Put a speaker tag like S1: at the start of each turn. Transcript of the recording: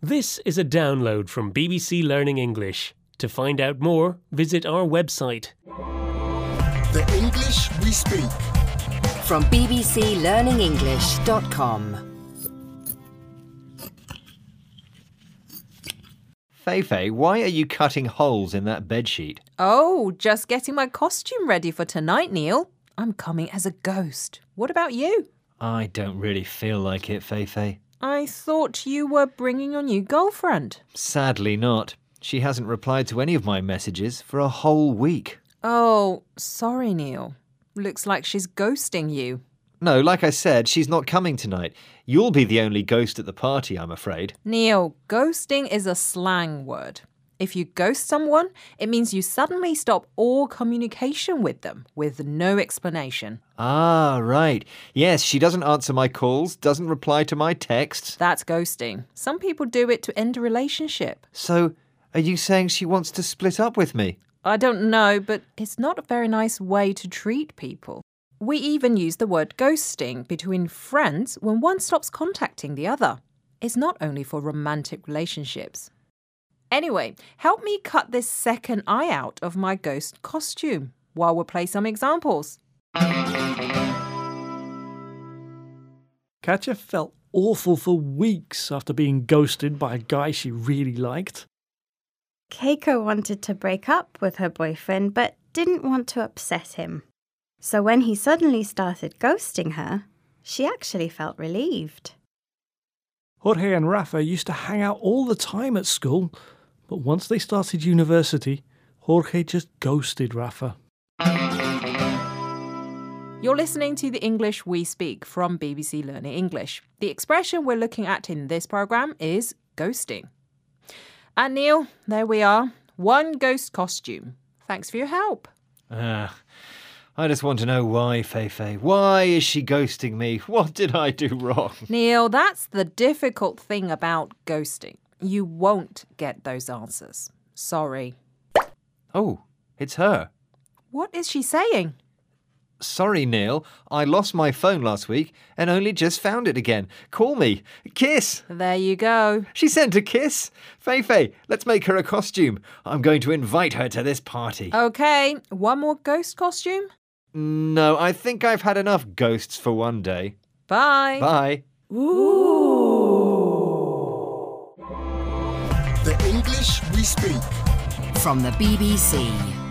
S1: This is a download from BBC Learning English. To find out more, visit our website.
S2: The English we speak.
S3: from bbclearningenglish.com.
S4: Feifei, why are you cutting holes in that bedsheet?
S5: Oh, just getting my costume ready for tonight, Neil. I'm coming as a ghost. What about you?
S4: I don't really feel like it, Feifei.
S5: I thought you were bringing your new girlfriend.
S4: Sadly not. She hasn't replied to any of my messages for a whole week.
S5: Oh, sorry, Neil. Looks like she's ghosting you.
S4: No, like I said, she's not coming tonight. You'll be the only ghost at the party, I'm afraid.
S5: Neil, ghosting is a slang word. If you ghost someone, it means you suddenly stop all communication with them with no explanation.
S4: Ah, right. Yes, she doesn't answer my calls, doesn't reply to my texts.
S5: That's ghosting. Some people do it to end a relationship.
S4: So, are you saying she wants to split up with me?
S5: I don't know, but it's not a very nice way to treat people. We even use the word ghosting between friends when one stops contacting the other. It's not only for romantic relationships. Anyway, help me cut this second eye out of my ghost costume while we play some examples.
S6: Katya felt awful for weeks after being ghosted by a guy she really liked.
S7: Keiko wanted to break up with her boyfriend but didn't want to upset him. So when he suddenly started ghosting her, she actually felt relieved.
S6: Jorge and Rafa used to hang out all the time at school, but once they started university, Jorge just ghosted Rafa.
S5: You're listening to the English we speak from BBC Learning English. The expression we're looking at in this program is ghosting. And Neil, there we are. One ghost costume. Thanks for your help.
S4: Ah, I just want to know why, Feifei. Why is she ghosting me? What did I do wrong?
S5: Neil, that's the difficult thing about ghosting. You won't get those answers. Sorry.
S4: Oh, it's her.
S5: What is she saying?
S4: Sorry, Neil. I lost my phone last week and only just found it again. Call me. Kiss.
S5: There you go.
S4: She sent a kiss. Feifei, let's make her a costume. I'm going to invite her to this party.
S5: Oh. Okay, one more ghost costume.
S4: No, I think I've had enough ghosts for one day.
S5: Bye.
S4: Bye.
S2: The English we speak.
S3: From the BBC.